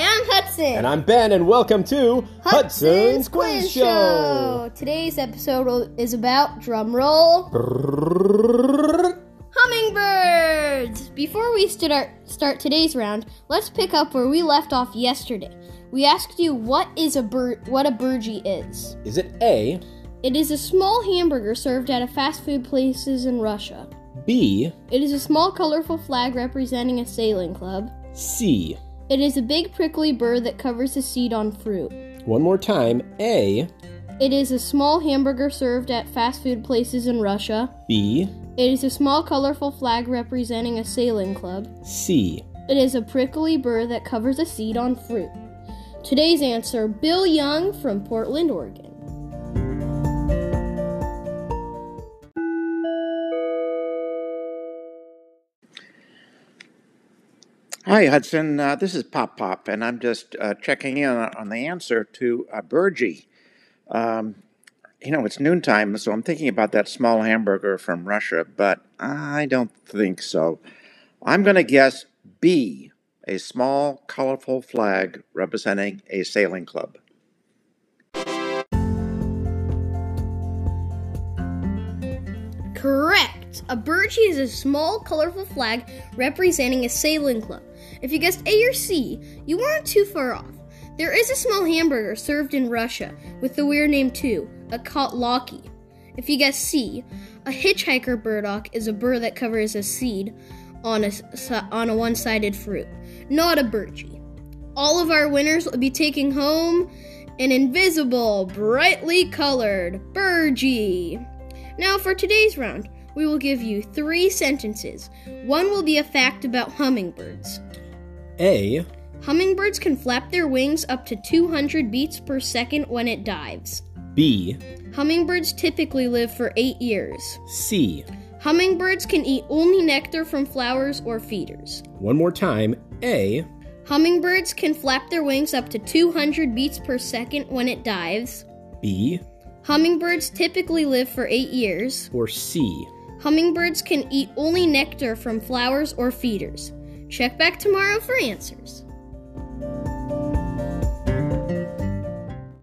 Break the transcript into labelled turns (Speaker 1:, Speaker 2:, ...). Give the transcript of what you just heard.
Speaker 1: Hudson.
Speaker 2: And I'm Ben, and welcome to Hudson's Quiz Show.
Speaker 1: Today's episode will- is about drum roll hummingbirds. Before we stood our, start today's round, let's pick up where we left off yesterday. We asked you what is a bird, what a burgie is.
Speaker 2: Is it A,
Speaker 1: It is a small hamburger served at a fast food places in Russia.
Speaker 2: B,
Speaker 1: It is a small colorful flag representing a sailing club.
Speaker 2: C?
Speaker 1: It is a big prickly bird that covers a seed on fruit.
Speaker 2: One more time A,
Speaker 1: It is a small hamburger served at fast food places in Russia.
Speaker 2: B,
Speaker 1: It is a small colorful flag representing a sailing club.
Speaker 2: C.
Speaker 1: It is a prickly burr that covers a seed on fruit. Today's answer Bill Young from Portland, Oregon.
Speaker 3: Hi, Hudson. Uh, this is Pop Pop, and I'm just uh, checking in on the answer to uh, Burgee. Um, you know, it's noontime, so I'm thinking about that small hamburger from Russia, but I don't think so. I'm going to guess B, a small, colorful flag representing a sailing club.
Speaker 1: Correct! A burgee is a small colorful flag representing a sailing club. If you guessed A or C, you weren't too far off. There is a small hamburger served in Russia with the weird name too, a kotlaki. If you guess C, a hitchhiker burdock is a burr that covers a seed on a, s- on a one sided fruit, not a burgee. All of our winners will be taking home an invisible, brightly colored burgee. Now, for today's round, we will give you three sentences. One will be a fact about hummingbirds.
Speaker 2: A,
Speaker 1: Hummingbirds can flap their wings up to 200 beats per second when it dives.
Speaker 2: B,
Speaker 1: Hummingbirds typically live for eight years.
Speaker 2: C.
Speaker 1: Hummingbirds can eat only nectar from flowers or feeders.
Speaker 2: One more time A,
Speaker 1: Hummingbirds can flap their wings up to 200 beats per second when it dives.
Speaker 2: B,
Speaker 1: Hummingbirds typically live for eight years.
Speaker 2: or C.
Speaker 1: Hummingbirds can eat only nectar from flowers or feeders. Check back tomorrow for answers.